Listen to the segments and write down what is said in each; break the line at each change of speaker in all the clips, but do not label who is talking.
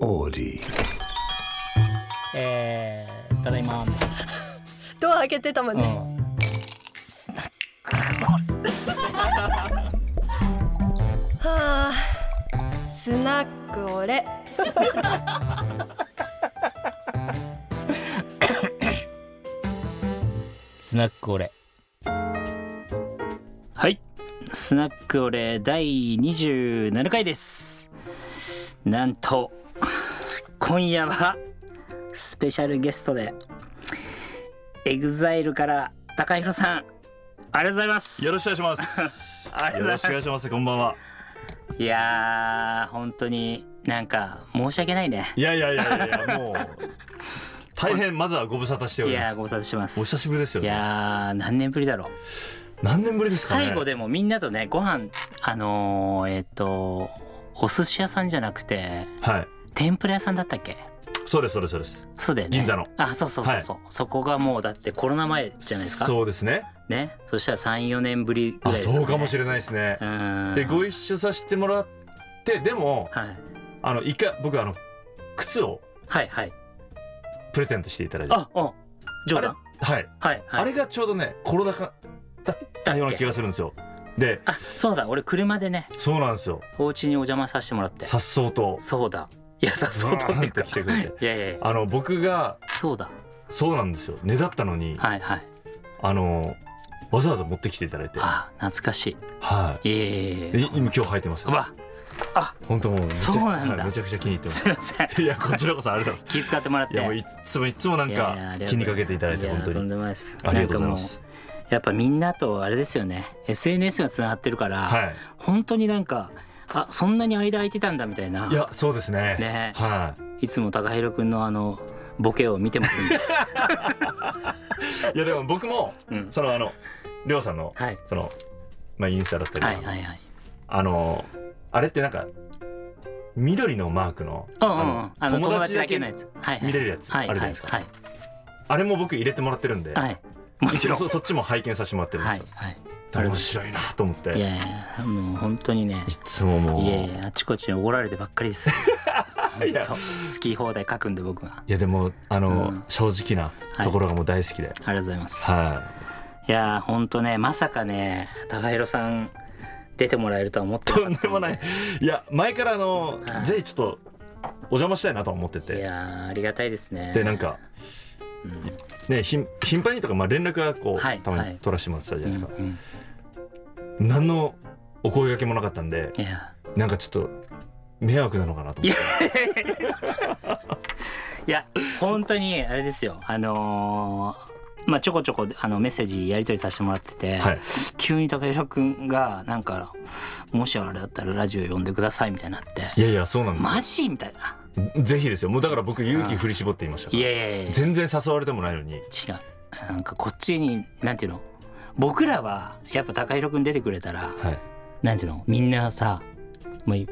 オーディ
えー、ただいま、
ドア開けてたもん
う
ね、
ん、
はあスナックオレ
スナックオレはいスナックオレ第27回ですなんと今夜はスペシャルゲストでエグザイルから高弘さんありがとうございます
よろしくお願いします。
ありがと
よ
うご
ろしく
ざ
お
いま
願いします。こんばんは。
すいやー本当になんか申し訳ないね
いやいやいやいやいや、もう。大変、まずはご無沙汰してお
い
りま
やー
す。
ご無沙汰してます
お久しぶりですよ
い
ね。
やー何年ぶりだろう
何年ぶりですかね。
最後でもみんなとねご飯あのーえっ、とお寿司屋さんじゃなくて
はい。
天ぷら屋さんだったっけ
そうです、そうです、そうです。
そうだよね
銀座の
あそうそうそうそう、そこがもうだってコロナ前じゃないですか
そうですね。
ねそしたら34年ぶりぐらい
あ、
ですか、ね、
そうかもしれ
な
ないですね。
い
で、ご
一
一緒させてもらって、でも、
はい
あの、一回、僕、あの、靴を
はいはい
プレゼントしていただいて。
あお冗談
はい。
はいはい
あれがちょうどね、コロナ禍だったような気がするんですよ。で、
あそうだ俺車でね
そうなんですよ。
お家にお邪魔させてもらって
さっそうと。
そうだいやさそうだっていうか
わーって来てくれ
いやいやいや
あの、僕が、
そうだ
そうなんですよ。ねだったのに。
はいはい
あのわざわざ持ってきていただいて、は
あ懐かし
い。
いいえいえいえい
え
え
今今日履いてます
う。わ
本当もうめちゃ
そうなんだ
はいめちゃくちゃ気に入ってます
いません
す。いやこちらこそありがとうございま
気遣ってもらって
す。いやもういっつもいっつもなん
いやいや
か
ありがとうございます
気にかけていただいて
や
本当
とん
に
でもないです
ありがとうございま
なんか
す。
もうやっぱみんなとあれですよね SNS がつながってるから、
はい。
本当になんかあそんなに間空いてたんだみたいない
やそうですね。
ね
はい。
いつも高弘君のあのボケを見てます んで、
いやでも僕も
うん、
そのあのりょうさんの
はい
そのまあインスタだったり、
はいはいはい
あのあれってなんか緑のマークの
うんうんうんあの友達だけのや
見
つ、はいはい、
れるやつあ
はい
るじゃ
はい
ないですか。
はい
あれも僕入れてもらってるんで。
はいもちろん
そそっちも拝見させてもらってるんで
は
す
い
よ。
はい
面白いなと思って
い
い
やいやもう本当にね
つももう
い
い
やいやあちこちにおごられてばっかりです本
いや
当好き放題書くんで僕が
やでもあの、
うん
正直なところがもう大好きで、
ありがとうございます
はい
やーほんとねまさかね高弘さん出てもらえるとは思っ
い、
てな
と
か
ん
った
でもないいや前からあの、
はい
ぜひちょっとお邪魔したいなとは思って
い
て
やーありがたいですね
でなんか
うん
ねひん頻繁にとか、まあ、連絡はこう、
はい
たま
はい
に取らせてもらってたじゃないですか、
うんうん
何のお声掛けもなかったんで
いや
なんかちょっと迷惑なのかなと思って
いや本当にあれですよあのーまあちょこちょこあのメッセージやり取りさせてもらってて、
はい
急に高弘くんがなんか「もしあれだったらラジオ呼んでください」みたいになって
いやいやそうな
「
んですよ
マジ?」みたいな
ぜひですよもうだから僕勇気振り絞って言いました
「
か
い
ら
やいやいや
全然誘われてもないのに
違うなんかこっちになんていうの僕らはやっぱ高弘くん出てくれたら
はい
なんていうのみんなさもう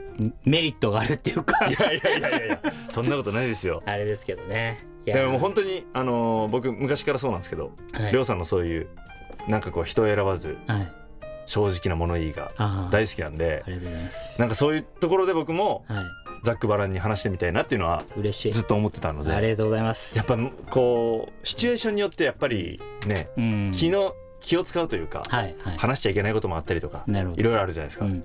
メリットがあるっていうか
いやいやいやいやいやそんなことないですよ
あれですけどねいや
でももう本当にあのー僕昔からそうなんですけど、
はい
りょうさんのそういうなんかこう人を選ばず
はい
正直な物言いが
あー
大好きなんで
ありがとうございます
なんかそういうところで僕も
はい
ざっくばらんに話してみたいなっていうのは
嬉し
ず
い
っと思ってたので
ありがとうございます
やっぱこうシチュエーションによってやっぱりね
うん
気の気を使うというか、
はいはい
話しちゃいけないこともあったりとか
なるほど
いろいろあるじゃないですか、
うん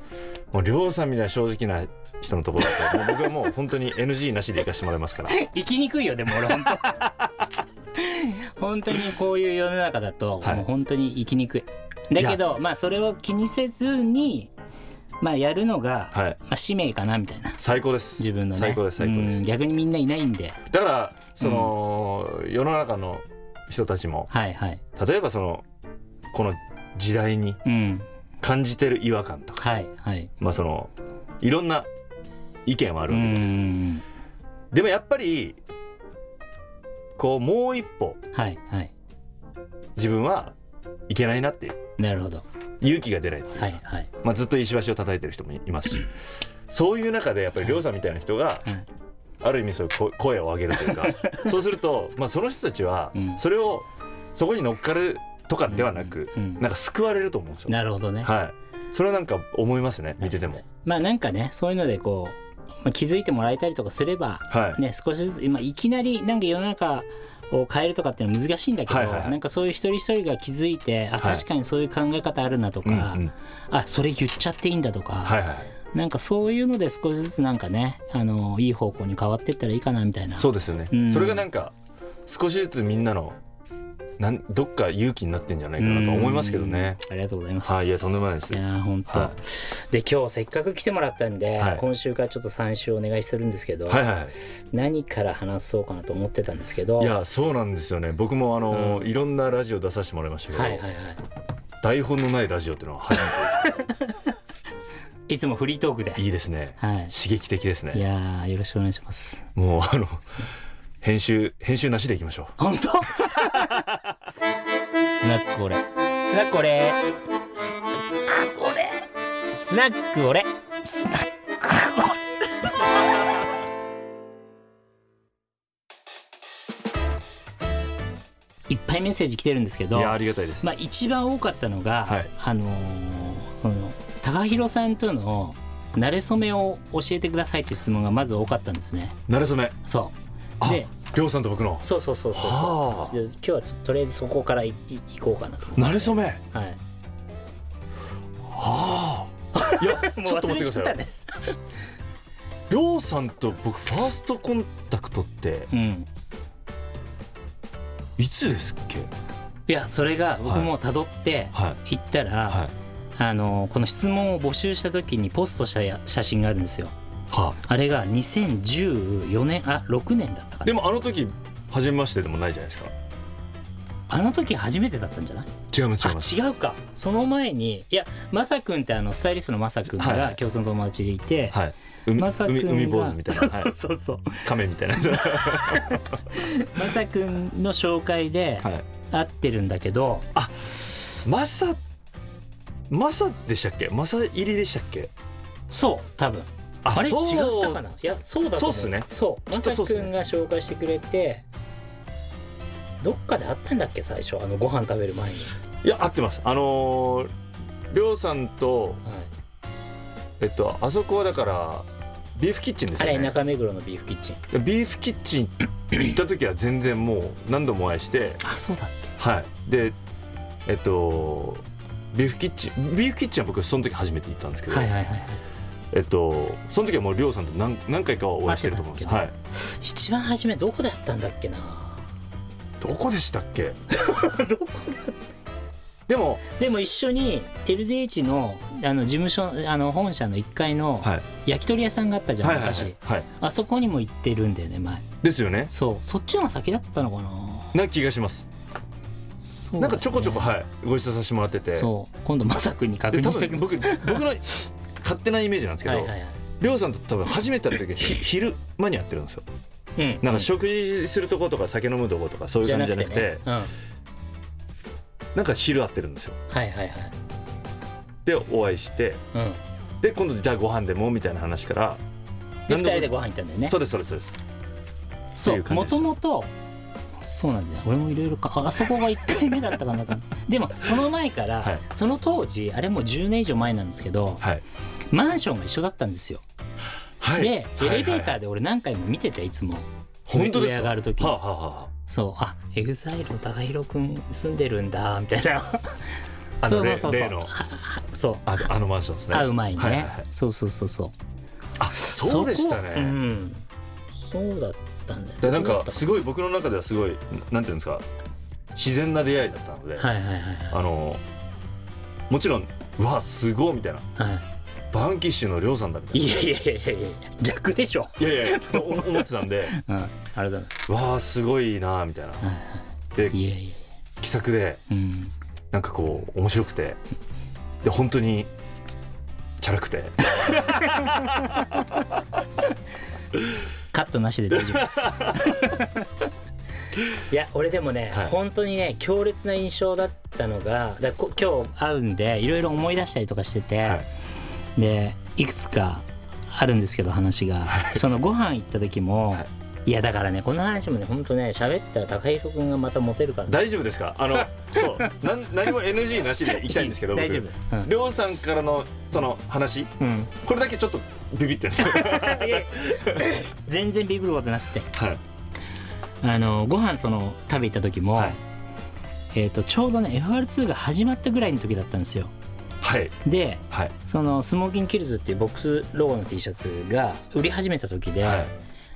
もうりょうさんみたいな正直な人のところだともう僕はもう本当に NG なしで行かしてもらい ますから
生きにくいよでも俺本当 本当にこういう世の中だと、
はい
もう本当に生きにくいだけどまあそれを気にせずにまあやるのが、
はい
まあ、使命かなみたいな
最高です
自分のね
最高です最高です、
うん逆にみんないないんで
だからその、世の中の人たちも
はいはい
例えばそのこの時代に
うん
感じてる違和感とか
はいはい
まあそのいろんな意見はあ
う
るわけじゃないですか
ん
でもやっぱりこうもう一歩
はいはい
自分はいけないなっていう
なるほど
勇気が出ない、
はいはい
まあ、ずっと石橋を叩いてる人もいますしそういう中でやっぱり亮さんみたいな人が
はい
ある意味そういう声声を上げるというかそうすると、まあ、その人たちは
うん
それをそこに乗っかるとかではなく、
うんうん
なんか救われると思うんですよ。
なるほどね
はい、それはなんか思いますね見てても。
まあなんかねそういうのでこうまあ気づいてもらえたりとかすれば、
はい
ね、少しずつ今いきなりなんか世の中を変えるとかっていうのは難しいんだけど、
はいはいはい
なんかそういう一人一人が気づいてあ
はい
確かにそういう考え方あるなとか、
うんうん
あそれ言っちゃっていいんだとか、
はいはい
なんかそういうので少しずつなんかねあのいい方向に変わっていったらいいかなみたいな
そうですよね、
うん
それがなんか少しずつみんなのなんどっか勇気になってんじゃな
う
いかなとは思いますけどね
んありがとうございます
はいいやとんでもないです
いや本当、
は
で今日せっかく来てもらったんで、
はい
今週からちょっと3週お願いするんですけど、
はいはい
何から話そうかなと思ってたんですけど
いやそうなんですよね僕もあの、
うん
いろんなラジオ出させてもらいましたけど、
はいはいはい
台本のないラジオっていうのは初めて
いつもフリートークで
ですいいですね
はい
刺激的です
い
ね
やーよろしくお願いします
もうあの編集編集なしでいきましょ
本当 スナックオレスナックオレスナックオレスナックオレスナックオレいっぱいメッセージ来てるんですけ
う
ど
いやありがたいです、
まあ、一番多かったのが、
はい
あのーその高弘さんとの慣れ初めを教えてくださいっていう質問がまず多かったんですね。
なれそめ
そ
あ
うで
りょうさんと僕の
そうそうそうそうそう
は
で今日はちょっととりあえずそこからいいいこうかなと
あなれ そめは
はい、
あいやちょっと待ってくださいよ
ね。
りょうさんと僕ファーストコンタクトって
うん、
いつですっけ
いやそれが僕もたどって
はい
行ったら、
はい
あのーこの質問を募集した時にポストしたや写真があるんですよ。
は
あれが2014年あ6年だったか
あ
な
でもあの時初めましてでもないじゃないですか
あの時初めてだったんじゃない
違います違います
あ違うかその前にいやマサ君ってあのスタイリストのマサ君
はい
が
はい
共通の友達でいて、
はい海
マサ君
海
が
海坊主みたいな、
そ
は
うそうそう、
い、亀みたいなやつは
マサ君の紹介で
い
会ってるんだけど、
マサマサでしたっけマサ入りでしたっけ
そう多分あれ違ったかないやそうだと思
そうっすね
そう
き
マ
っと
サ
そうっすね
君が紹介してくれてどっかで会ったんだっけ最初あのご飯食べる前に、
いや合ってますあのーりょうさんと
はい
えっとあそこはだからビーフキッチンです
あ
よ
れ
ね
中目黒のビーフキッチン
ビーフキッチン行った時は全然もう何度もお会いして
あそうだっ
はいでえっとビーフキッチンビーフキッチンは僕その時初めて行ったんですけ
け
ど、
はいはいはいはい
えっとその時はもうりょうさんと何何回かはお会いしてると思うんです
会
は
っ
い
一番初めどこで会ったんだっけな
どこでしたっけ
どこ
でも
でも一緒に LDH のあの事務所あの本社の1階の
はい
焼き鳥屋さんがあったじゃん、
はいはい
昔、
はい、はい、
あそこにも行ってるんだよね前
ですよね
そうそっちの方が先だったのかな
な気がします
そうだ
な
よね
んかちょこちょこ、はいご一緒させてもらってて
そう今度まさくんに確
で
認
多
しておき
分
ます
僕僕の勝手なイメージなんですけ
は
ど、
いはいはい
りょうさんと多分初めて会った 時はひ昼間に会ってるんですよ
うん
なんか食事するとことか酒飲むとことかそういう感じじゃなくて
ねうん、はい
なんか昼会ってるんですよ
はいはい
でお会いして
うん
で今度じゃあご飯でもみたいな話から
で2
何でも
人でご飯行ったんだよね
そうですそうですそうです
そ
っていう
う
感じ
も
でした
ともとそうなんだよ俺もいろいろかああそこが1回目だったかなと思 ってでもその前から、
はい
その当時あれもう10年以上前なんですけど
はい
マンションが一緒だったんですよ
はい
で、エレベータ
ー
ーで俺何回も見てていつも
本当で
上
す
上が
か
る時
はあ、はあは
そうあエグザイルの高弘くん住んでるんだみたいな
あ、あの
そうそうそうそう
例例の
そう
ああのマンションですね
会う前にね、
はいはいはい
そうそうそうそう
あそうでした
そこう
ね
ん、そうだったんだよ
でなんかすごい僕の中ではすごいなんていうんですか自然な出会いだったので、
はいはいはい
あのもちろんうわすごいみたいな
は
バンキッシュのりょうさんだみた
い
い
いやいやいやいやいや逆でしょ、
ないやいやいやと思ってた んで
うん、ありがとうございます、
わあすごいなみたいな
は
で
い、いやいや
気さくで
うん
なんかこう面白くてで本当にチャラくて
カットなしで大丈夫 ですいや俺でもね、
はい
本当にね強烈な印象だったのがだこ今日会うんでいろいろ思い出したりとかしてて、
はい
でいくつかあるんですけど話が、そのご飯行った時も、
はい
いやだからねこの話もねほんとね喋ったら高弘君がまたモテるからね
大丈夫ですかあのそうなん何も NG なしで行きたいんですけど
大丈
僕
夫うん
りょうさんからのその話
うん
これだけちょっとビビって るんですよ
いやいや全然ビビることなくて
はい
あのご飯その食べ行った時も、
はい
えー、とちょうどね FR2 が始まったぐらいの時だったんですよ
はい
で
はい
そのスモーキンキルズっていうボックスロゴの T シャツが売り始めた時で、
はい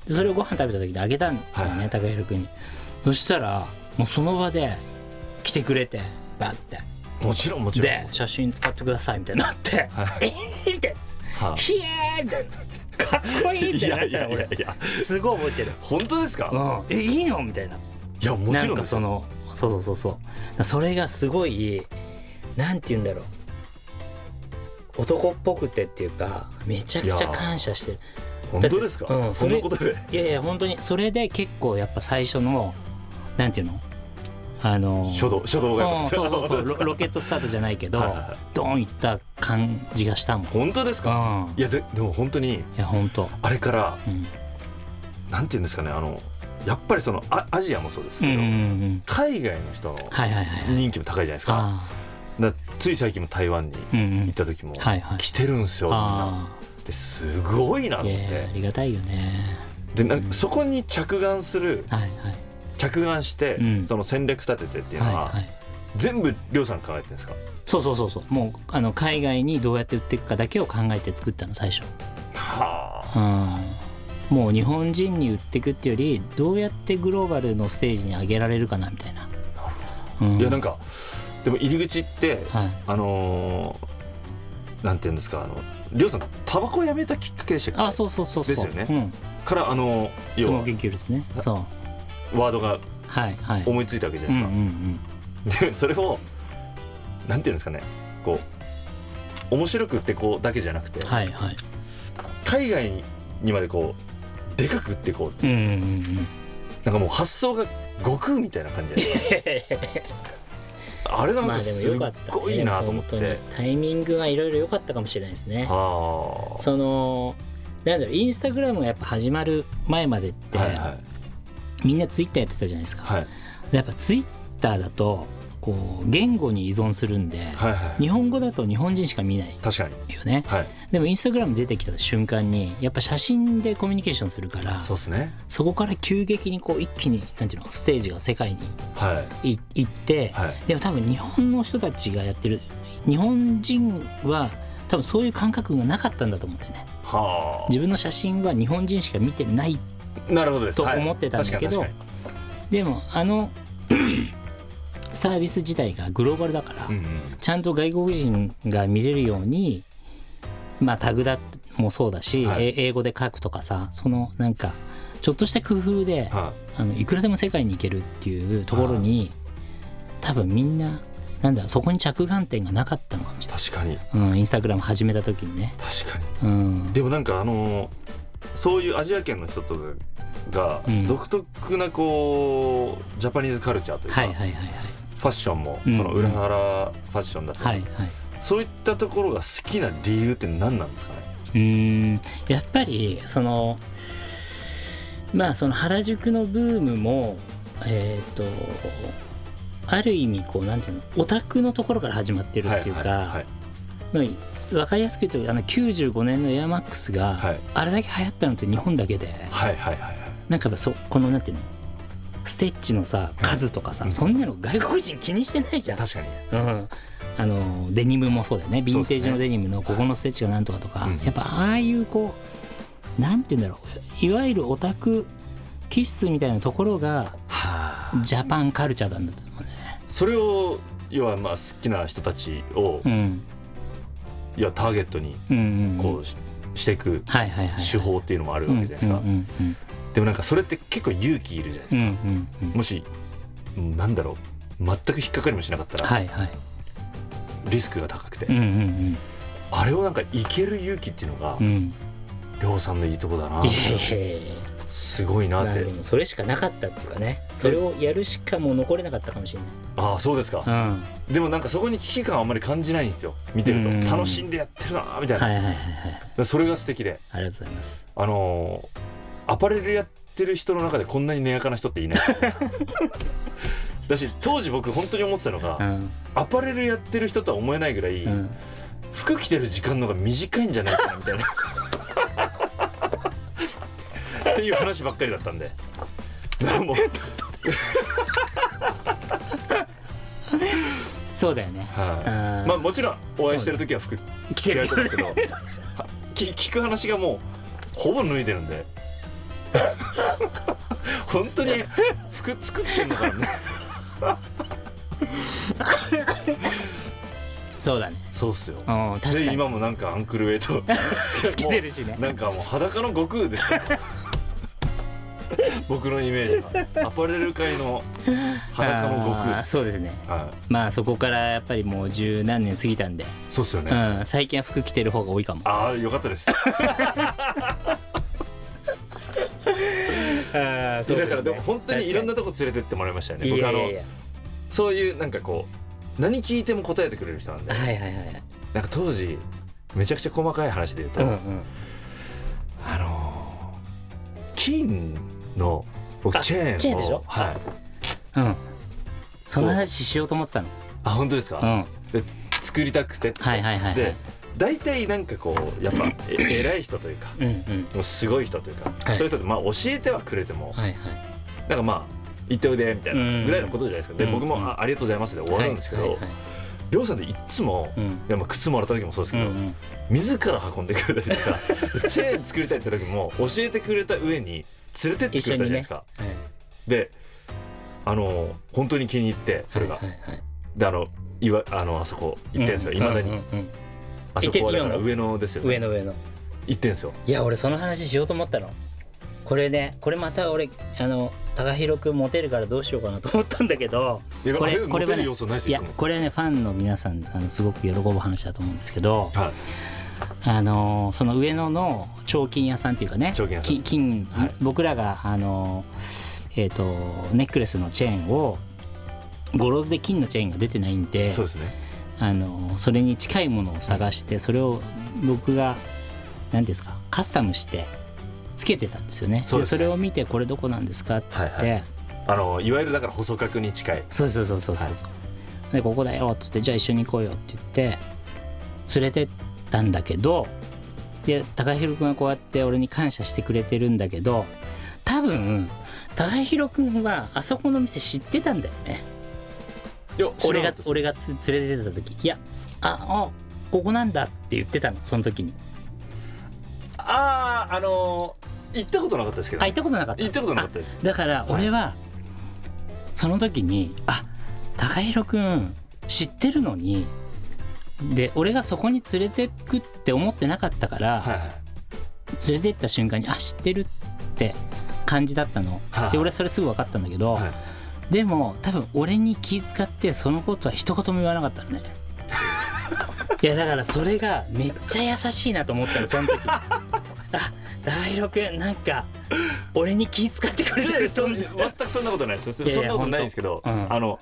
でそれをご飯食べた時であげたんだよね、
はい
高弘君にそしたらもうその場で来てくれてバッて
もちろんもちろ
で
ん
写真使ってくださいみたいになって「
は
えーみたいな「
は
ひえー!」みたいな「かっこいい!」み
い
たいに
や
なっ
い
た
や
の
いや
俺
いや
すごい覚えてる
本当ですか、
うんえいいのみたいない
やもちろん
なんか
です
そ
よ
のそうそうそうそうそれがすごいなんて言うんだろう男っぽくてっていうかめちゃくちゃ感謝してる
本当ですか、
だってうん
そんなことで
いやいや本当にそれで結構やっぱ最初のなんていうのあの
初動初動が
うんそうそうそう
本当です
ロ
か
ロケットスタートじゃないけど
はいはいはい
ドーンいった感じがしたもんうん
本当ですか、いやででも本当に
いや本当
あれから
うん
なんていうんですかねあのやっぱりそのアアジアもそうです
う
け
んう
ど、
んうん
海外の人の
はいはいはい
人気も高いじゃないですか,、
あ
だからつい最近も台湾に
あうんう
行っ
ん
た時も、
はいはい
来てるんですよみんな
あ
ですごいな
あ
っ
い
て
やいやありがたいよね
でなんかそこに着眼する
はいはい
着眼して、
うん
その戦略立ててっていうのは、
はいはい
全部りょうさん考えてるんですか
そうそうそうそうもうあの海外にどうやって売っていくかだけを考えて作ったの最初
はあ
うんもう日本人に売っていくっていうよりどうやってグローバルのステージに上げられるかなみたいな。うん
いやなんかでも入り口って
はい、
あのーなんていうんですかあのりょうさんタバコやめたきっかけでしたっけ
あそうそうそうそう
ですよね
うん、
からあの
ス
要
モー
は
キンキュールですねそう
ワードが
はいはい
思いついたわけじゃ
うん
な
う
い
ん
で
う
すか、
ん
でそれをなんていうんですかねこう面白くってこうだけじゃなくて、
はいはい
海外にまでこうでかくってこう
うんうんうんうん
なんかもう発想が悟空みたいな感じで あれなん
ま
か
あですも
っ
よかった
ごいなと思っ
ね
て
本、当にタイミングがいろいろ良かったかもしれないですね
はあ
そのなんだろうインスタグラムがやっぱ始まる前までって、
はいはい
みんなツイッターやってたじゃないですか、
はい
でやっぱツイッターだとこう言語に依存するんで、
はいはい
日本語だと日本人しか見ない
確かに
よね
はい
でもインスタグラム出てきた瞬間にやっぱ写真でコミュニケーションするから
そう
そ
ですね
こから急激にこう一気になんていうのステージが世界に
はい
行って、
いはい
でも多分日本の人たちがやってる日本人は多分そういう感覚がなかったんだと思うんだよね
は
自分の写真は日本人しか見てない
あなるほどです
と思ってたんだけど
はい確
でもあの サービス自体がグローバルだから、
かに確かに
ちゃんと外国人が見れるように、まあ、タグだもそうだし、
はい
え英語で書くとかさそのなんかちょっとした工夫で、
うんうんはい
あのいくらでも世界に行けるっていうところに、多分みんななんだろうそこに着眼点がなかったのかもしれ
確かに
ない、うん、インスタグラム始めた時にね、
確かに
うん、
でもなんかあのーそういうアジア圏の人とかが
うん
独特なこうジャパニーズカルチャーというか、
はいはいはいはい
ファッションも
う
そ
ん
の裏腹ファッションだった
は
り、
いはい
そういったところが好きな理由って何なんですかね
うーんやっぱりそのまあその原宿のブームもえっ、とある意味こうなんていうのオタクのところから始まってるっていう
はいは
か
い
まあわかりやすく言うとあの95年のエアマックスが、
はい
あれだけ流行ったのって日本だけで
はいはいはいはい
なんかそこのなんていうのステッチのさ数とかさ、
うん
そんなの外国人気にしてないじゃん、
確かに
うん、あのデニムもそうだよねヴィンテージ
そ
の
うで
デニムのここのステッチがなんとかとか、
うん
やっぱああいうこうなんて言うんだろういわゆるオタク気質みたいなところが
はあ
ジャパンカルチャーなんだと思うね。
それを要はまあ好きな人たちを、
うん
要はターゲットに
うんうんうん
こうし,、していく
はいはいはい。
手法っていうのもあるわけじゃないですか、
うんうんうん
でもなんかそれって結構勇気いるじゃないです
う
か、
んうんうん
もしうんなんだろう全く引っかかりもしなかったら
はいはい。
リスクが高くて、
うんうん
あれをなんかいける勇気っていうのが
うんうん。
りょうさんのいいとこだない
やいやいやいや
すごいな
ま
っ
あで
て
もそれしかなかったっていうかねそれをやるしかもう残れなかったかもしれな
ああそうですか
い。うん。
でもなんかそこに危機感はあんまり感じないんですよ見てる
うん
と楽しんでやってるなーみたいな、
はいはいはいはい。
それが素敵で
ありがとうございます。
あのーアパレルやっってる人の中でこんなに根やかな人って いないだし当時僕本当に思ってたのが、
うん
アパレルやってる人とは思えないぐらい、
うん
服着てる時間の方が短いんじゃないかなみたいなっていう話ばっかりだった んでだからもう
そうだよね
は
う
い、
ん
まあもちろんお会いしてる時は服
来
着
て
ら
る
れてますけどはき聞く話がもうほぼ脱いでるんで 本当に服作ってんのからね
そうだね
そうっすよ
うん確
で
かに
今もなんかアンクルウェ イトつ
つけてるしね
なんかもう裸の悟空です から僕のイメージはアパレル界の裸の悟空
あー
です
そうですね
はい
まあそこからやっぱりもう十何年過ぎたんで、
そうっすよね、
うん、最近は服着てる方が多い かも
ああよかったです
あ
だからでも本当にいろんなとこ連れてってもらいましたよね
いやい
僕あの
やいや
そういうなんかこう何聞いても答えてくれる人なんで
はいはいはい
なんか当時めちゃくちゃ細かい話で言う
う
と、
んうん
あのー金の僕
あ
チェーンを
チェーンでしょ
はい
うんその話しようと思ってたの
あ本当ですか、
うん
で作りたくてって
はいはいはいはい
で大体なんかこうやっぱ え偉い人というか
うんうん
もうすごい人というか、
はい
そういう人ってまあ教えてはくれても、
はいはい
なんかまあ行っておいでみたいなぐらいのことじゃないですか、で
うん
僕も、あありがとうございますで終わるんですけど、
はいはいはい
りょうさんっていっつも、
う
い
ん
やまあ靴もらった時もそうです
う
け
んう
ど、
ん
自ら運んでくれた りとかチェーン作りたいって時も教えてくれた上に連れてってくれたじゃないですか。
はい
であの本当に気に入ってそれが、
はいはいはい
であのいわあのあそこ行ってんすよいまだに、
うんうんうん
あそこはだから
行って今も
上野ですよ、ね、
上の上の
行ってんすよ
いや俺その話しようと思ったのこれねこれまた俺あの高弘君モテるからどうしようかなと思ったんだけど
いや
こ
あれ
れこれ
モ
は
テる
ね
要素ないです
いや
よ一個も
これはねファンの皆さんあのすごく喜ぶ話だと思うんですけど
はい
あのその上野の彫金屋さんっていうかね
彫金屋さん
き金、
はい
僕らがあのえっ、とネックレスのチェーンをゴローズで金のチェーンが出てないんで
そうですね
あのそれに近いものを探してそれを僕が何ですかカスタムしてつけてたんですよね
そうですね
れを見てこれどこなんですかって言って、
はいあのいわゆるだから細角に近い
そうそうそうそうそう、
はい
でここだよっつってじゃあ一緒に行こうよって言って連れてったんだけどで高弘君はこうやって俺に感謝してくれてるんだけど多分高弘君はあそこの店知ってたんだよね
いや
俺が
知らなかったです
俺がつ連れてってた時いやああここなんだって言ってたのその時に
あああのー行ったことなかったですけど
あ行ったことなかった
行ったことなかったです
あだから俺はその時にあ高弘くん知ってるのにで俺がそこに連れてくって思ってなかったから、
はいはい
連れてった瞬間にあ知ってるって感じだったの、
はい
で俺それすぐ分かったんだけど、
はい
でも多分俺に気遣ってそのことは一言も言わなかったの ねいやだからそれがめっちゃ優しいなと思ったのその 時あ大六くんなんか俺に気遣ってくれてる
そ
そ
ん
ん
全
な
くそんなことないです
いやいや
そんなことないんですけど、
本当うん
あの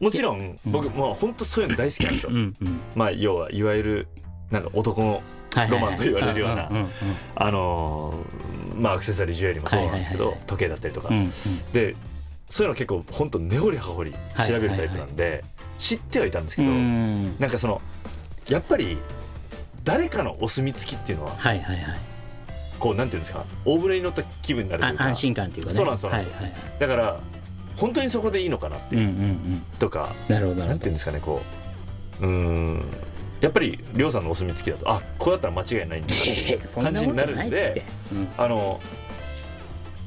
もちろん僕もう本当そういうの大好きなんですよ
うんうん
まあ要はいわゆるなんか男の
はいはいはい
ロマンと言われるようなん
んん
あのーまあアクセサリージュエリーもそうなんですけど、
はいはいはいはい
時計だったりとか、
うんうん
でそういうの結構本当根掘り葉掘り調べるタイプなんで、知ってはいたんですけ
う
ど、
ん
なんかそのやっぱり誰かのお墨付きっていうのは
はいはいはい
こうなんていうんですか大船に乗った気分になるという
あ
か
安心感っていうかね
そうなんですそうなんです
はいはいはい
だから本当にそこでいいのかなって
う
い
ん
う、
うんうん
とか
なるほどな
な
る
ん
ほ
て
ど
いうんですかねこううーんやっぱりりょうさんのお墨付きだとあこうだったら間違いないんだなっていう
そん
感
な
じ
こ
にな
と
る
ない
ん
っ
で
てうん
あの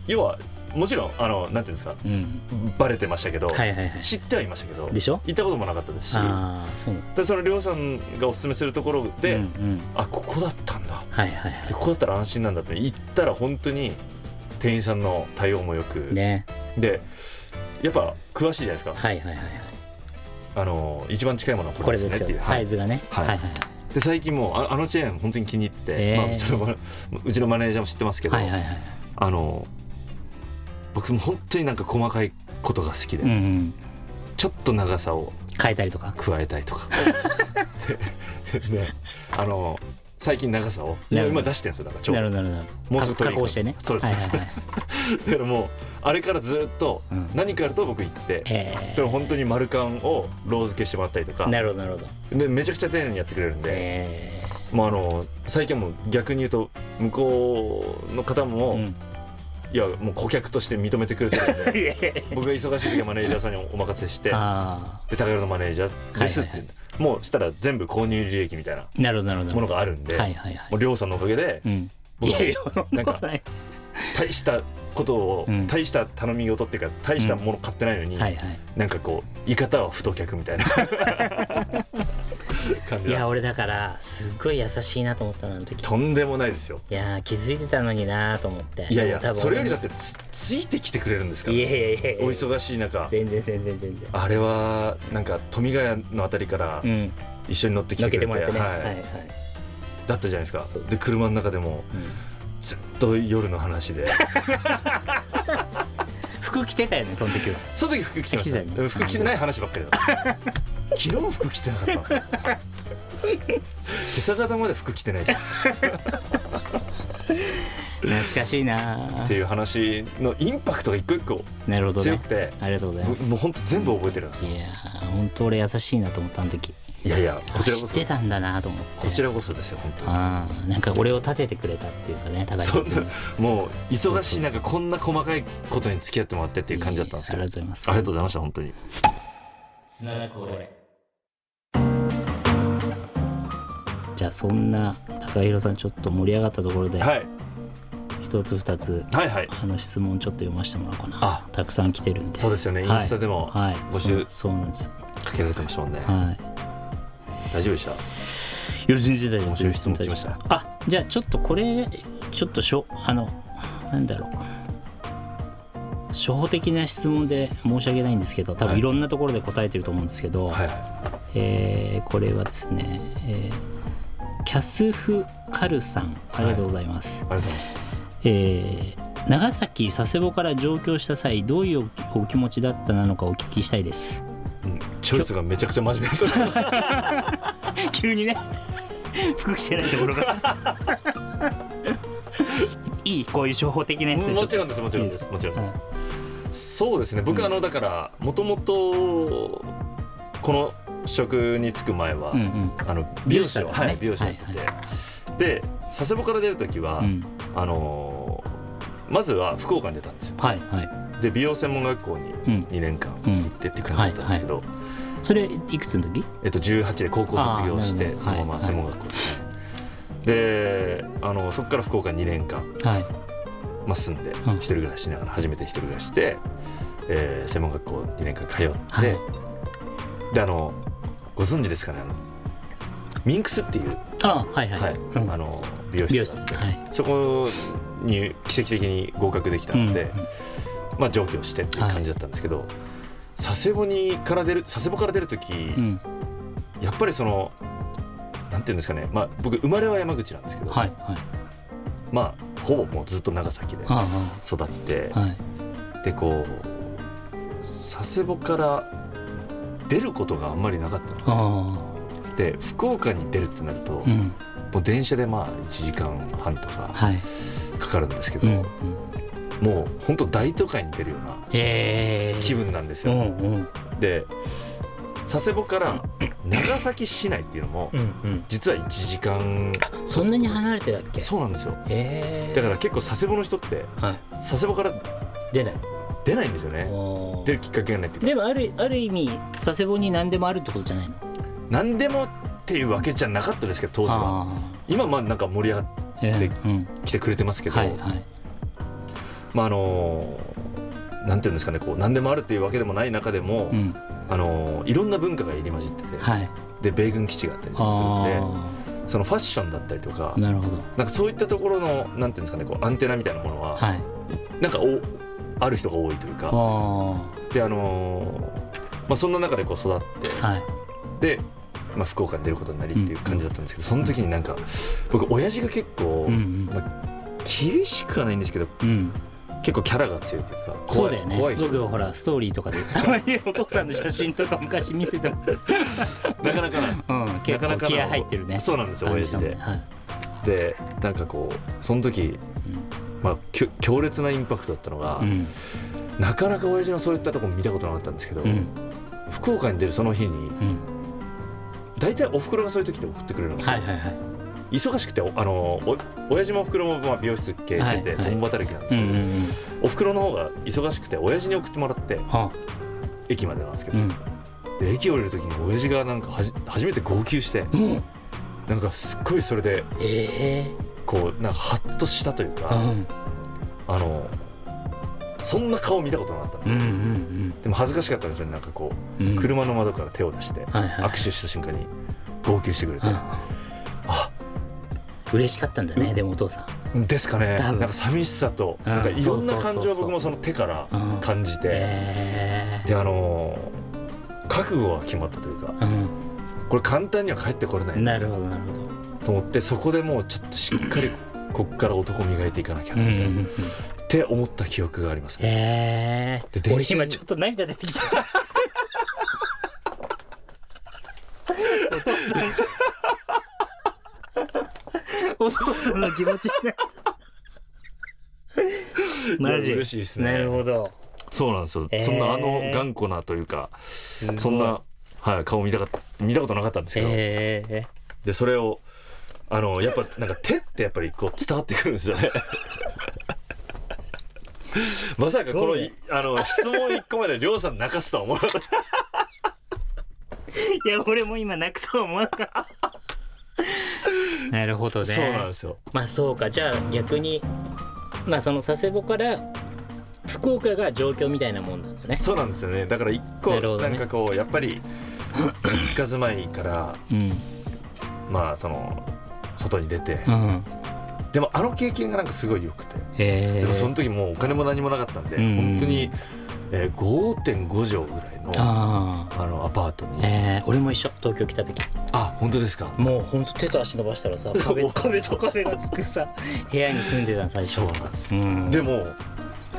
要はもちろんあのなんていうんですか
うん
バレてましたけど、
はいはいはい
知ってはいましたけど
でしょ
行ったこともなかったですし
ああそうなんだ
でそのりょうさんがおすすめするところで、
うんうん
あここだったんだ
はいはいは
ここだったら安心なんだって行ったら本当に店員さんの対応もよく、
いね
でやっぱ詳しいじゃないですか、
はいはいはいはい
あの一番近いものはこ
こ
れ
れ
で
ですす
ねっ
よ
ていう、は
サ
い
イズがね
は
はいいはい
で最近もうああのチェーン本当に気に入ってて、
えー
まあ、ちょっとまあうちのマネージャーも知ってますけど、
はいはいはいはい
あの僕も本当になんか細かいことが好きで、
うんうん
ちょっと長さを
変えたりとか
加えたいとかねあの最近長さを
なるほど
今出してるんですよだからちょう
なる
ど
ほどなる
も
ほど
うすぐ
か加
取りに行く
工してね
そうです
はいはいはい
だからもうあれからずっと
うん
何かあると僕行って、
え
でも本当に丸缶をロー漬けしてもらったりとか
ー、なるほどなるほど
でめちゃくちゃ丁寧にやってくれるんで、
え
もうあの最近はもう逆に言うと向こうの方も、
ーうん
いやもう顧客として認めてくれてる んで僕が忙しい時はマネージャーさんにお任せして
あ
で高田のマネージャーですって、
はいは
もうしたら全部購入履歴みたいな
ーなるほどなるほど
ものがあるんで、
はいはいはい
もう亮さんのおかげで
うんい
僕
やいやそん
な
なんこ
か
とない
大したことを、
うん
大した頼み事っていうか大したもの買ってないのに、
はいはい
なんかこう言い方は不当客みたいな 感じ
いや
だ
俺だからすっごい優しいなと思ったのあの時
とんでもないですよ
いやー気づいてたのになーと思って
いやいや
多分
それよりだってつついてきてくれるんですから
いやいやいやいや
お忙しい中
全然全然全然
あれはなんか富ヶ谷のあたりから
うん
一緒に乗ってき
の
て
け
く
て
れ
もら
て、
ってねはい
は
はいい、
だったじゃないですか
そう
で車の中でも
うん
ずっと夜の話で
服着てたよねその時は
その時服着てまし
着てたよ
た
ね
服着てない話ばっかりだった 昨日も服着てなかったんですか今朝方まで服着てないじゃんっ
懐かしいな
ていう話のインパクトが一個一個
なるほど
強
ね
くて
ありがとうございます
もう本当全部覚えてるんですよ
いやー本当俺優しいなと思ったあの時
いやいやこちら
知
こ
って
そ
たんだなと思って
こちらこそですよ本当に
あーなんか俺を立ててくれたっていうかね高
そ
橋
ん
君
なもう忙しい
そうそうそ
中
う
こんな細かいことに付き合ってもらってっていう感じだったんですけど
いえいえありがとうございます
ありがとうございました本当に
じゃあそんな高弘さんちょっと盛り上がったところで
はい
一つ二つ
はいはい
あの質問ちょっと読ませてもらおうかな
あ
たくさん来てるんで
そうですよねイン
はい
スタでも
はい
募集
そうそうなんですよ
かけられてましたもんね
はい
大丈夫でした
いや全然大丈夫
面白い質問来ました
あじゃあちょっとこれちょっとしょあのなんだろう初歩的な質問で申し訳ないんですけど多
は
分
い
いろんなところで答えてると思うんですけど、
はいは
えーこれはですね、えーキャスフカルさんありがとうございます、
いありがとうございます
えー長崎佐世保から上京した際どういうおお気持ちだったなのかお聞きしたいです
うんチョイスがめちゃくちゃ真面目なところ
急にね服着てないところが いいこういう商法的なやつ
もちろんですもちろんですもちろんですそうですね僕あのだからもともとこの職に就く前は、
うんうん
あの
美
美
容
容
師だ
師
っ
を、
たね
はい、美容師やってて、
は
で佐世保から出る時は、
うん
あのーまずは福岡に出たんですよ
はいはい
で美容専門学校に
うん
2年間行ってっていう感じだったんですけど、
それいくつの時
えっと、18で高校卒業し
あーな
て
るほど
そのまま
はい
専門学校ですね、であのそこから福岡2年間、
はい
まあ、住んで
ん
一人暮らししながら初めて一人暮らしして、えー専門学校2年間通って、
はい
であのご存知ですかねあのミンクスっていう、
あはいはい、
はい
うん
あの美容
美容
室
室
があって
はい
そこに奇跡的に合格できたので、まあ、上京してっていう感じだったんですけど、佐世保にから出る佐世保から出る時、
うんうん
やっぱりそのなんていうんですかね、まあ、僕生まれは山口なんですけど、
はいはい
まあほぼもうずっと長崎で
あ
育って
あ、はい
でこう佐世保から出ることがあんまりなかったの
あ
で福岡に出るってなると、
あうん
もう電車でまあ1時間半とか
はい
かかるんですけ
う
ど、
んうん
もう本当大都会に出るような
ええ
気分なんです
う
よ。
んうん
で佐世保から長崎市内っていうのも
うんうん
実は1時間
そんなに離れてたっけ
そうなんですよ
ええ
だから結構佐世保の人って
らはい
佐世保から
出ない
出ないんですよね
おー
出るきっかけがないっていうか
でもあるある意味佐世保に何でもあるってことじゃないの
何でもっていうわけじゃなかったですけど当時は
あ
今まあなんか盛り上がっ
あええ
で
うん
てきてくれてますけど、
はいはい
まああのーなんていうんですかねこう何でもあるっていうわけでもない中でも、
うん
あのーいろんな文化が入り混じってて、
はい
で米軍基地があったりとかするん
あ
でそのファッションだったりとか
あなるほど
なんかそういったところのなんていうんですかねこうアンテナみたいなものは、
はい
なんかおある人が多いという
あ
か
あ
であのーまあ、そんな中でこう育って、
はい
で、まあ、福岡に出ることになりっていう感じだったんですけど、その時になんか僕親父が結構、
うん
まあ、厳しくはないんですけど
うんうん
結構キャラが強いというか怖い
そうだよね
怖い人
僕ほらストーリー とかでたまにお父さんの写真とか昔見せても
なかなかな
うん結
なかな
構
かの
気合入ってるね
そうなんですよ
感
親
じだ
父
もん
で
ねはい
でなんかこうその時、まあ、きょ強烈なインパクトだったのが、
うん
なかなか親父のそういったとこ見たことなかったんですけど、
うん
福岡に出るその日に
うん
大体おふくろがそういう時って送ってくれるんですよ、
はいはいはい
忙しくておあのお親父もおふくろもまあ美容室経営してて
はいはい
共働きなんです
う
け
ん
ど、
うんうん
おふくろの方が忙しくて親父に送ってもらって
は
駅までなんですけ
あう
ど、
ん
で駅降りる時に親父がなんかはじ初めて号泣して
もう
なんかすっごいそれで
ええ
こうなんかハッとしたというか、
うん
あのそんな顔見たことなかったの
うんうん
でも恥ずかしかったんですよねなんかこう
うんうん
車の窓から手を出して
はいはい
握手した瞬間に号泣してくれてあ
嬉しかったんだね、
うん
でもお父さん
ですかね
多
なん
分
か寂しさと
うん
なんかいろ
そう
んな感
そうそう
情
そ
を
う
僕もその手から
うん
感じて
え
であのー覚悟は決まったというか
え
これ簡単には帰ってこれな
うん
い
なるほどなるほど
と思ってそこでもうちょっとしっかりこっから男磨いていかなきゃ
うんう
み
ん
た
う
いなっ
ん
て思った記憶がありますね。
ええ
で
俺
電車に
今ちょっと涙出てきた お父さんお父さんの気持ちになったマ
い
ジ
や嬉しいですね
なるほど
そうなんですよ、
えー
そんなあの頑固なというかそんな、はい、顔見たかった見たことなかったんですけど、
ええ
でそれをあのやっぱなんか手ってやっぱりこう伝わってくるんですよね。まさかこの,、
すごいね
あの質問1個目で亮さん泣かすとは思わなかった
いや俺も今泣くとは思わなかった なるほどね
そうなんですよ。
まあそうかじゃあ逆にまあその佐世保から福岡が上京みたいなもんなんだね
そうなんですよねだから1
な
個
るほど
な,、
ね
んかこうやっぱり実家住まいから
うん
まあその外に出て、
うん
でもあの経験がなんかすごい良くて。
ええ
でもその時もうお金も何もなかったんで、
うん
本当に、えー、5.5畳ぐらいのあ
ああ
のアパートに、
ええ俺も一緒東京来た時
あ本当ですか
もうほんと手と足伸ばしたら さ壁壁と壁がつくさ部屋に住んでたの最初
そうなんです、
うん
で
も
も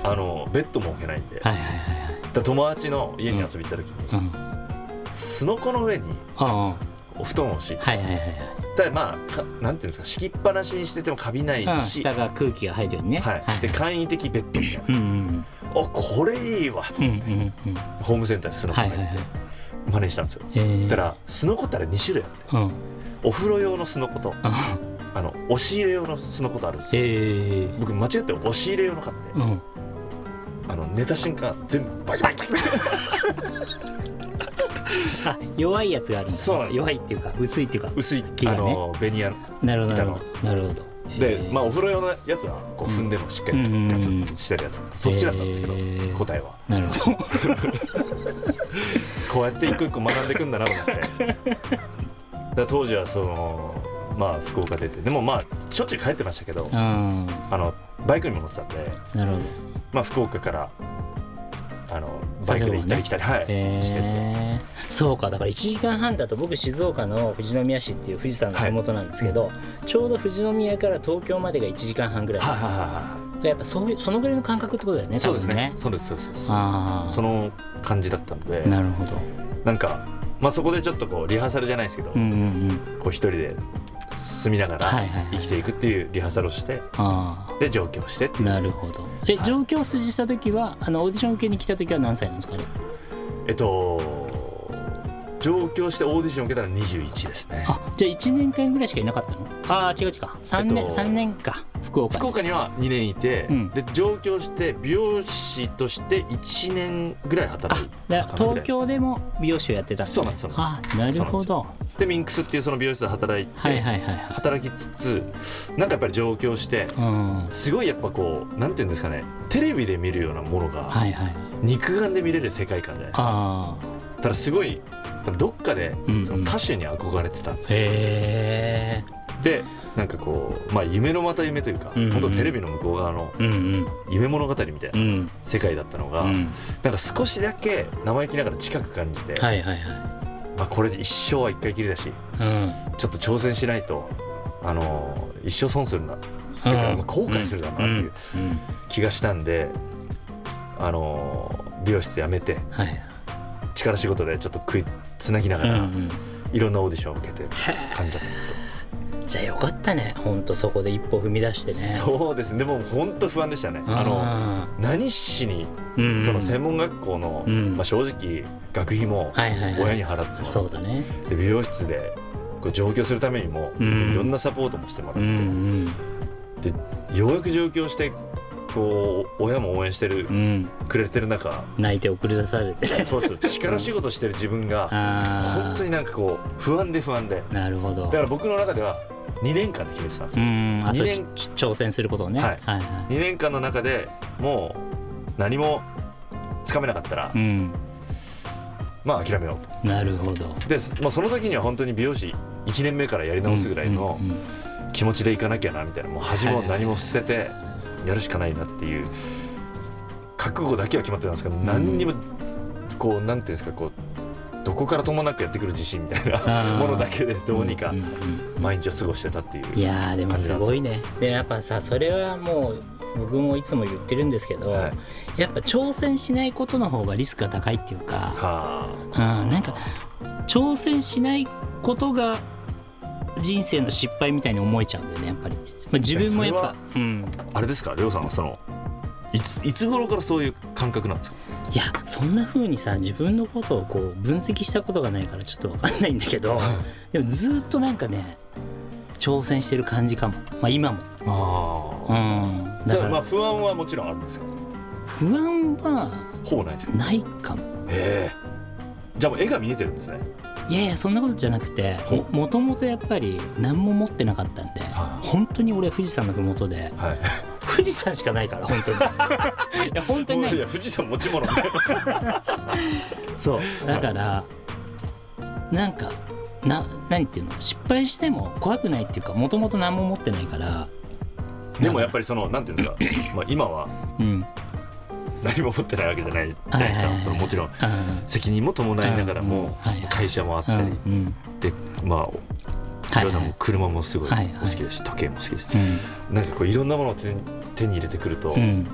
あのベッドも置けないんで、
はいはいはいはい
だ友達の家に遊びに行った時に、
うんあ
すのこの上に
あ
お布団を敷いて
はいはいはいはい
ただまあかなんていうんですか敷きっぱなしにしててもカビない
うん
し、
下が空気が入るようにね
はい、で簡易的ベッドみたいな
うんうん
あこれいいわと
うんう
思っ
ん
て、
うんうん
ホームセンターにすのこ
はい
入っ
は
て、
いはい
真似したんですよ
ええ
だからすのこったら2種類あって
うん
お風呂用のすのこと
あ
あの押し入れ用のすのことあるんですよ
ええ
僕間違って押し入れ用の買って、
うん
あの寝た瞬間全部バキバキバキ
あ弱いやつがあるんだ
そうなんですよ
弱いっていうか薄いっていうか
薄い、
木が
あ
ね
のベニヤの
なるほどなるほどなるほど
で、まあ
あ
お風呂用のやつはこう
うん
踏んでもしっかり
うん
ガツンしてるやつ、そっちだったんですけど、
えー
答えは
なるほど
こうやって一個一個学んでいくんだなと思ってだから当時はそのまあ福岡出てでもまあしょっちゅう帰ってましたけど
うん
あのバイクにも乗ってたんで、
なるほど
まあ、福岡からあのバイクで行ったり来たり、はい、してて
えー、そうかだから1時間半だと僕静岡の富士宮市っていう富士山の麓なんですけど、ちょうど富士宮から東京までが1時間半ぐらい
はい
で
はい
す、
は
やっぱそういうそのぐらいの感覚ってことだよ
いは
ね
いそうです
多分
ねそうですそうですそうです
ああ
その感じだったので
なるほど
なんか、まあ、そこでちょっとこうリハーサルじゃないですけど、
うんうんうん
こう一人で住みなが
は
ら
いはいはい
生きていくっていうリハーサルをして
あ
で上京してって
あ
いう
なるほどえ、
はい
上京筋した時はあのオーディション受けに来た時は何歳なんですかね
えっと上京してオーディションを受けたら21ですね
あじゃあ1年間ぐらいしかいなかったのああ違う違う3年、
えっと
三年か福岡
福岡には2年いて、
うん
で上京して美容師として1年ぐらい働い
だ
た
か
からなぐら
東
い
京でも美容師をやってたんです
そう
ね
なんですそうなん
あなるほど
ですでミンクスっていうその美容室で働いて、
はいはいはいはい
働きつつなんかやっぱり上京して
うんは
すごいやっぱこうなんていうんですかねテレビで見るようなものが、
いはい
肉眼で見れる世界観じゃないですか
ああ
ただすごいどっかで
うんうん
その歌手に憧れてたんですよ、
へえ
でなんかこう、まあ、夢のまた夢というか、
うんうん
本当テレビの向こう側の
うん
夢物語みたい
うんう
なん世界だったのが、
うん
なんか少しだけ生意気ながら近く感じて、
はいはいは
まあ、これで一生は一回きりだし
いうん
ちょっと挑戦しないと、あのー一生損するな、
う
まあ
ん
後悔するだろうなっていう
うんうん
気がしたんで、あのー美容室辞めて
はい
力仕事でちょっと食いつなぎなが
うんう
ら、
ん
いろんなオーディションを受けてる感じだったんですよ。
じゃあよかったねほんとそこで一歩踏み出してね
そうですねでも本当不安でしたねあの
あ
何しに
の、うん
その専門学校の、
うん
まあ、正直学費も
はいはいはい
親に払ってもらって
そうだね
で美容室でこう上京するためにも、
うん
いろんなサポートもしてもらって、
うんうん
ようやく上京してこう親も応援してる、
うん
くれてる 中
泣いて送り出され て
そうそう力仕事してる自分が
ああ
本当になんかこう不安で不安で
なるほど
だから僕の中では2年間で決めてたんです
う
よ、
んあそう
二年
ち挑戦することをね、
はい
はいは
2年間の中でもう何もつかめなかったら、
いうん
まあ諦めよう
なるほど
とで、まあ、その時には本当に美容師1年目からやり直すぐらいの
うんうんうん
気持ちでいかなきゃなみたいなもう恥も何も捨ててやるしかないなっていう覚悟だけは決まってたんですけど
ん
何にもこうなんていうんですかこうどこからともなくやってくる自信みたいな
あー
ものだけでどうにか
んん
毎日を過ごしてたっていう
うんいやーでもすごいねでもやっぱさそれはもう僕もいつも言ってるんですけど、
はい
やっぱ挑戦しないことの方がリスクが高いっていうか、
は
うん、なんか挑戦しないことが人生の失敗みたいに思えちゃうんだよねやっぱり、まあ、自分もやっぱうん
ああれですかりょうさんはそのいついつ頃からそういう感覚なんですか
いやそんな風にさ自分のことをこう分析したことがないからちょっとわかんないんだけどでもずっとなんかね挑戦してる感じかも、まあ、今も、う
あ
ん、
あじ
だ
ゃ
か
あまあ
ら
不安はもちろんあるんですよ
不安は
ほぼないですよ
ないかも
へえじゃあもう絵が見えてるんですね
いやいやそんなことじゃなくて
ほう
ももともとやっぱり何も持ってなかったんで
はい
本当に俺富士山の麓で
はい
富士山しかないから本当に いや本当に
も
な
うい
い
や富士山持ち物みたいな
そうだからなんかな何ていうの失敗しても怖くないっていうかもともと何も持ってないから
でもやっぱりそのなんていうんですかまあ今は
うん
何も持ってないわけじゃないじゃないです
はいはいは
か
い
そのもちろん
うん
責任も伴いながら
うん
も
はいはい
会社もあったり
うんうん
でまあ
はい
りょう
は
さんも
い
車もすごいお
はいはい
好きだし時計も好きだし
うん
なんかこういろんなものを手に手に入れてくると
うん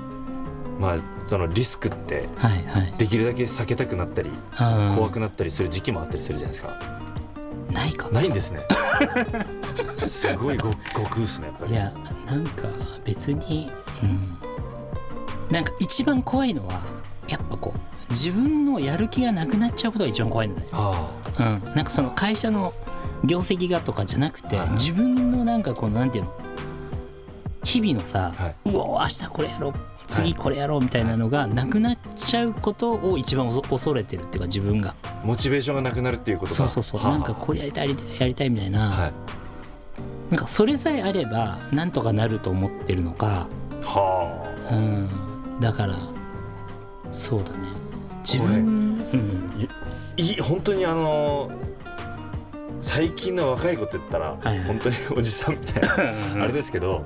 まあそのリスクって
はいはい
できるだけ避けたくなったり
うん
怖くなったりする時期もあったりするじゃないですか
ないか
ないんで すねすごいご悟空っすねやっぱり
いやなんか別にうんなんか一番怖いのはやっぱこう自分のやる気がなくなっちゃうことが一番怖いのね
あ
うん、なんかその会社の業績がとかじゃなくて
はい
自分のなんかこのなんていうの日々のさ、
はいう
お明日これやろう次これやろうみたいなのがなくなっちゃうことを一番おそ恐れてるっていうか自分が
あモチベーションがなくなるっていうことか
そうそうそう
はあ
なんかこれやりたいやりたいみたいな、
はい
なんかそれさえあればなんとかなると思ってるのか、
はあ
うん、だからそうだね自分、うん、
いい本当にあの最近の若い子って言ったら、
はいはい
本当におじさんみたいなあれですけど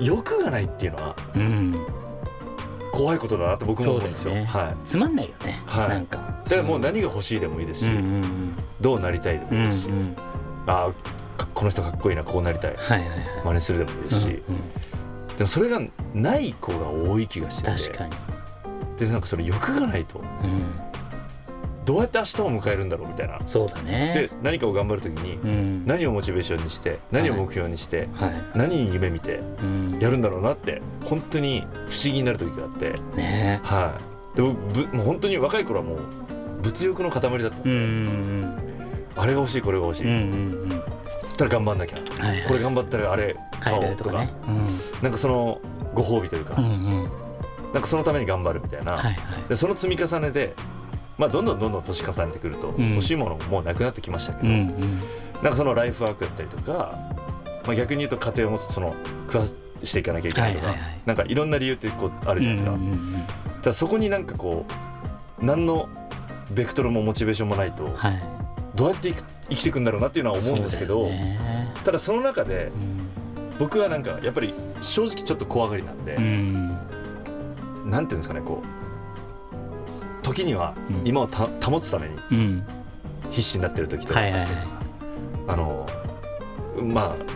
欲がないっていうのは
うん、
怖いことだなって僕も思うんですよ。
そうだよね
は
つまんないよね、
はい
なんか
い、でもう何が欲しいでもいいです
う
し、
んうん
どうなりたいで
う
も
んう
いい
んう
ですし、
ん
あーかこの人かっこいいなこうなりたい
はいはいは
真似するでもいいで
い
すし、
うんうん
でもそれがない子が多い気がして
確
て
かに、
でなんかその欲がないと
うん、
どうやって明日を迎えるんだろうみたいな。
そうだ
で
ね
何かを頑張る時に
うん
何をモチベーションにして何を目標にして、
は
何に夢見て
い、うん、
やるんだろうなって本当に不思議になる時があって、
ね
はい、でもぶもう本当に若い頃はもう物欲の塊だった、
うんうん
あれが欲しいこれが欲しい、
うんうんうんうん
そしたら頑張んなきゃ
はいはい
これ頑張ったらあれ買
買
お
え
う
る
と
と
か
かね
なんかそのご褒美というか、
うんうんうん
なんかそのために頑張るみたいな、
はいはい
でその積み重ねで、まあ、どんどんどんどん年重ねてくると、
うん
欲しいものももうなくなってきましたけ
う
ど、
んうん
なんかそのライフワークだったりとか、まあ、逆に言うと家庭を持つその食わしていかなきゃいけないとか、
はいはいはい
なんかいろんな理由ってこうあるじゃないですか。
うんうんうん
ただそこになんかこう何のベクトルもモチベーションもないと
はい
どうやって生き生きていくんだろうなっていうのは思うんですけど、
そうだよね
ただその中で
うん
僕はなんかやっぱり正直ちょっと怖がりなんで、
うん
なんていうんですかねこう時には
うん
今をた保つために
うん
必死になってる時とか、
はいはいはい
あのまあ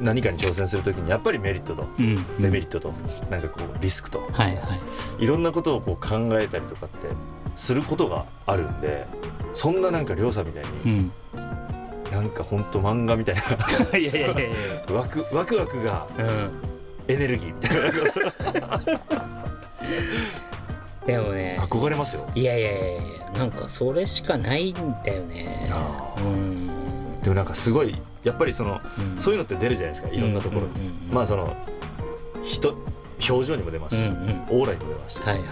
何かに挑戦する時にやっぱりメリットと
うん
デメリットと、なんかこうリスクと
はいはい
いろんなことをこう考えたりとかってすることがあるんでそんななんかりょうさんみたいに
うん
なんか本当漫画 みたいな
いやいやいやい
ワクワクワクが
や、うん、
エネルギーみたいな
でもね
憧れますよ
いやいやいやいやなんかそれしかないんだよね
あ
う
ー
ん
でもなんかすごいやっぱりその
うん
そういうのって出るじゃないですかいろんなところに、
うんうんうんうん
まあその人表情にも出ますし、
うんうん
オーラにも出ますし、
はいはい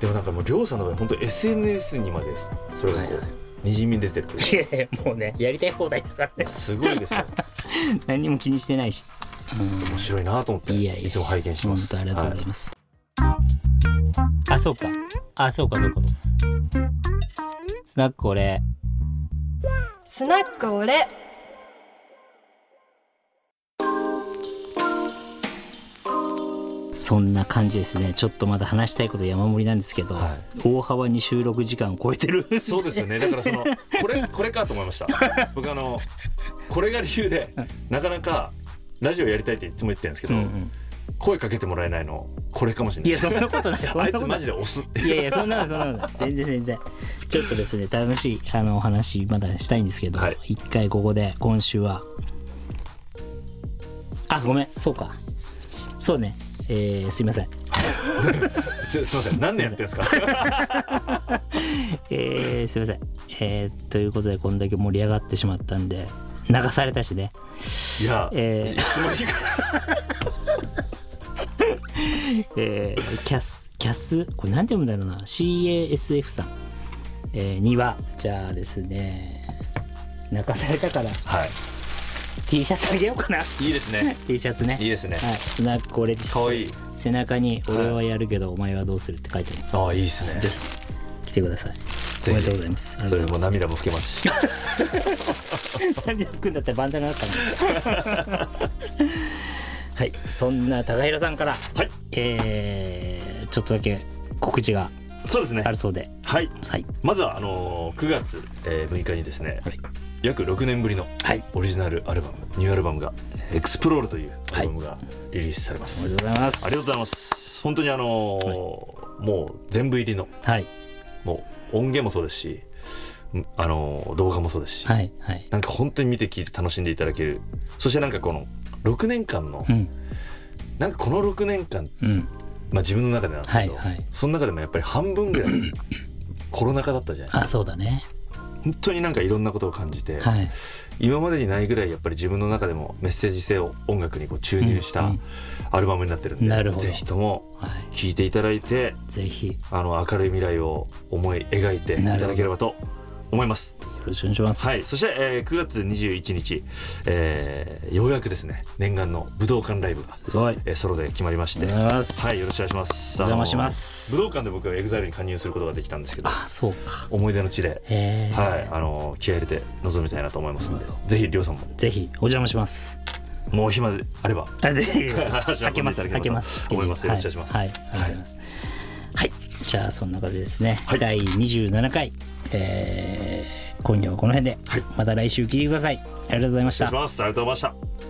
でもなんかもう亮さんの場合本当 SNS にまでそれがこ
はいは
うにじみ出てるという
いやいやもうねやりたい放題だからね
すごいですよ
何にも気にしてないし、うん
面白いなと思って
いやいや
つも拝見しま
本
す
当ありがとうございます、あそうかあそうかそうかそうかスナック俺
スナックオレ
そんな感じですねちょっとまだ話したいこと山盛りなんですけど、
は
大幅に収録時間を超えてる
はいそうですよねだからそのこれ これかと思いました僕あのこれが理由でなかなかラジオやりたいっていつも言ってるんですけど、声かけてもらえないのこれかもしれないい
や
です
そんな ことないそん
あ
ないこ
つ
と
マ
ない
ジで押すって
いやいやそんなのそんなのない全然全然ちょっとですね楽しいあのお話まだしたいんですけど、
はい
一回ここで今週はあごめんそうかそうねえー、すいません
ちょすいません何年やってんです か
えー、すいません、えー、ということでこんだけ盛り上がってしまったんで流されたしね
いや、
えー
質問いいか
えーキャスキャスこれなんて読むんだろうな CASF さん、えー、にはじゃあですね泣かされたから
は
T シャツあげようかない
いいですね
T シャツね
いいですね
はい、スナックオレです
かわいい
背中に「俺はやるけどお前はどうする」って書いてあります
ああいいですね
ぜ来てください
ひ
おめでとうございますありが
それ
とう
も
ござい
う
ま
涙も拭けますし
す何でくんだってバンダナだったの はいそんな高弘さんから、
はい
えー、ちょっとだけ告知が
そうですね
あるそうで
はい
はい
まずはあのー9月、えー6日にですね、
はい
約6年ぶりの
はい
オリジナルアルバムニューアルバムが「エクスプロール」というアルバムがリリースされま
おめ
す、
でとうございます
ありがとうございます本当にあのーもう全部入りの
はい
もう音源もそうですし、んあのー動画もそうですし、
はいはい
なんか本当に見て聞いて楽しんでいただけるそしてなんかこの6年間の、
うん
なんかこの6年間、
うん
まあ、自分の中でなんですけど、
はいはい
その中でもやっぱり半 分ぐらいコロナ禍だったじゃないですか
あそうだね
本当になんかいろんなことを感じて、
はい
今までにないぐらいやっぱり自分の中でもメッセージ性を音楽にこう注入し
うん
た
うん
アルバムになってるんで、
なるほど
ぜひとも
はい
聴いていただいて
ぜひよ
あの明るい未来を思い描いていただければと思います。
ろしくお願いします
はい、そして、えー9月21日、えーようやくですね念願の武道館ライブが、
すごい
えーソロで決まりまして
お願いします
はいよろしくお願いします
お邪魔します
あの武道館で僕は EXILE に加入することができたんですけど
あそうか
思い出の地で、
へえ
はいあの気合い入れて臨みたいなと思いますのでぜひりょうさんも
ぜひお邪魔します
もう暇であれば
あぜ ひ開
開
けます開けます
思いますよろしくお願いします
はい、はい、ありがとうございますはい、じゃあそんな感じですね、
はい
第27回、えー、今夜はこの辺で、
はい
また来週聞いてくださいありがとうございまし
失
た
礼しますありがとうございました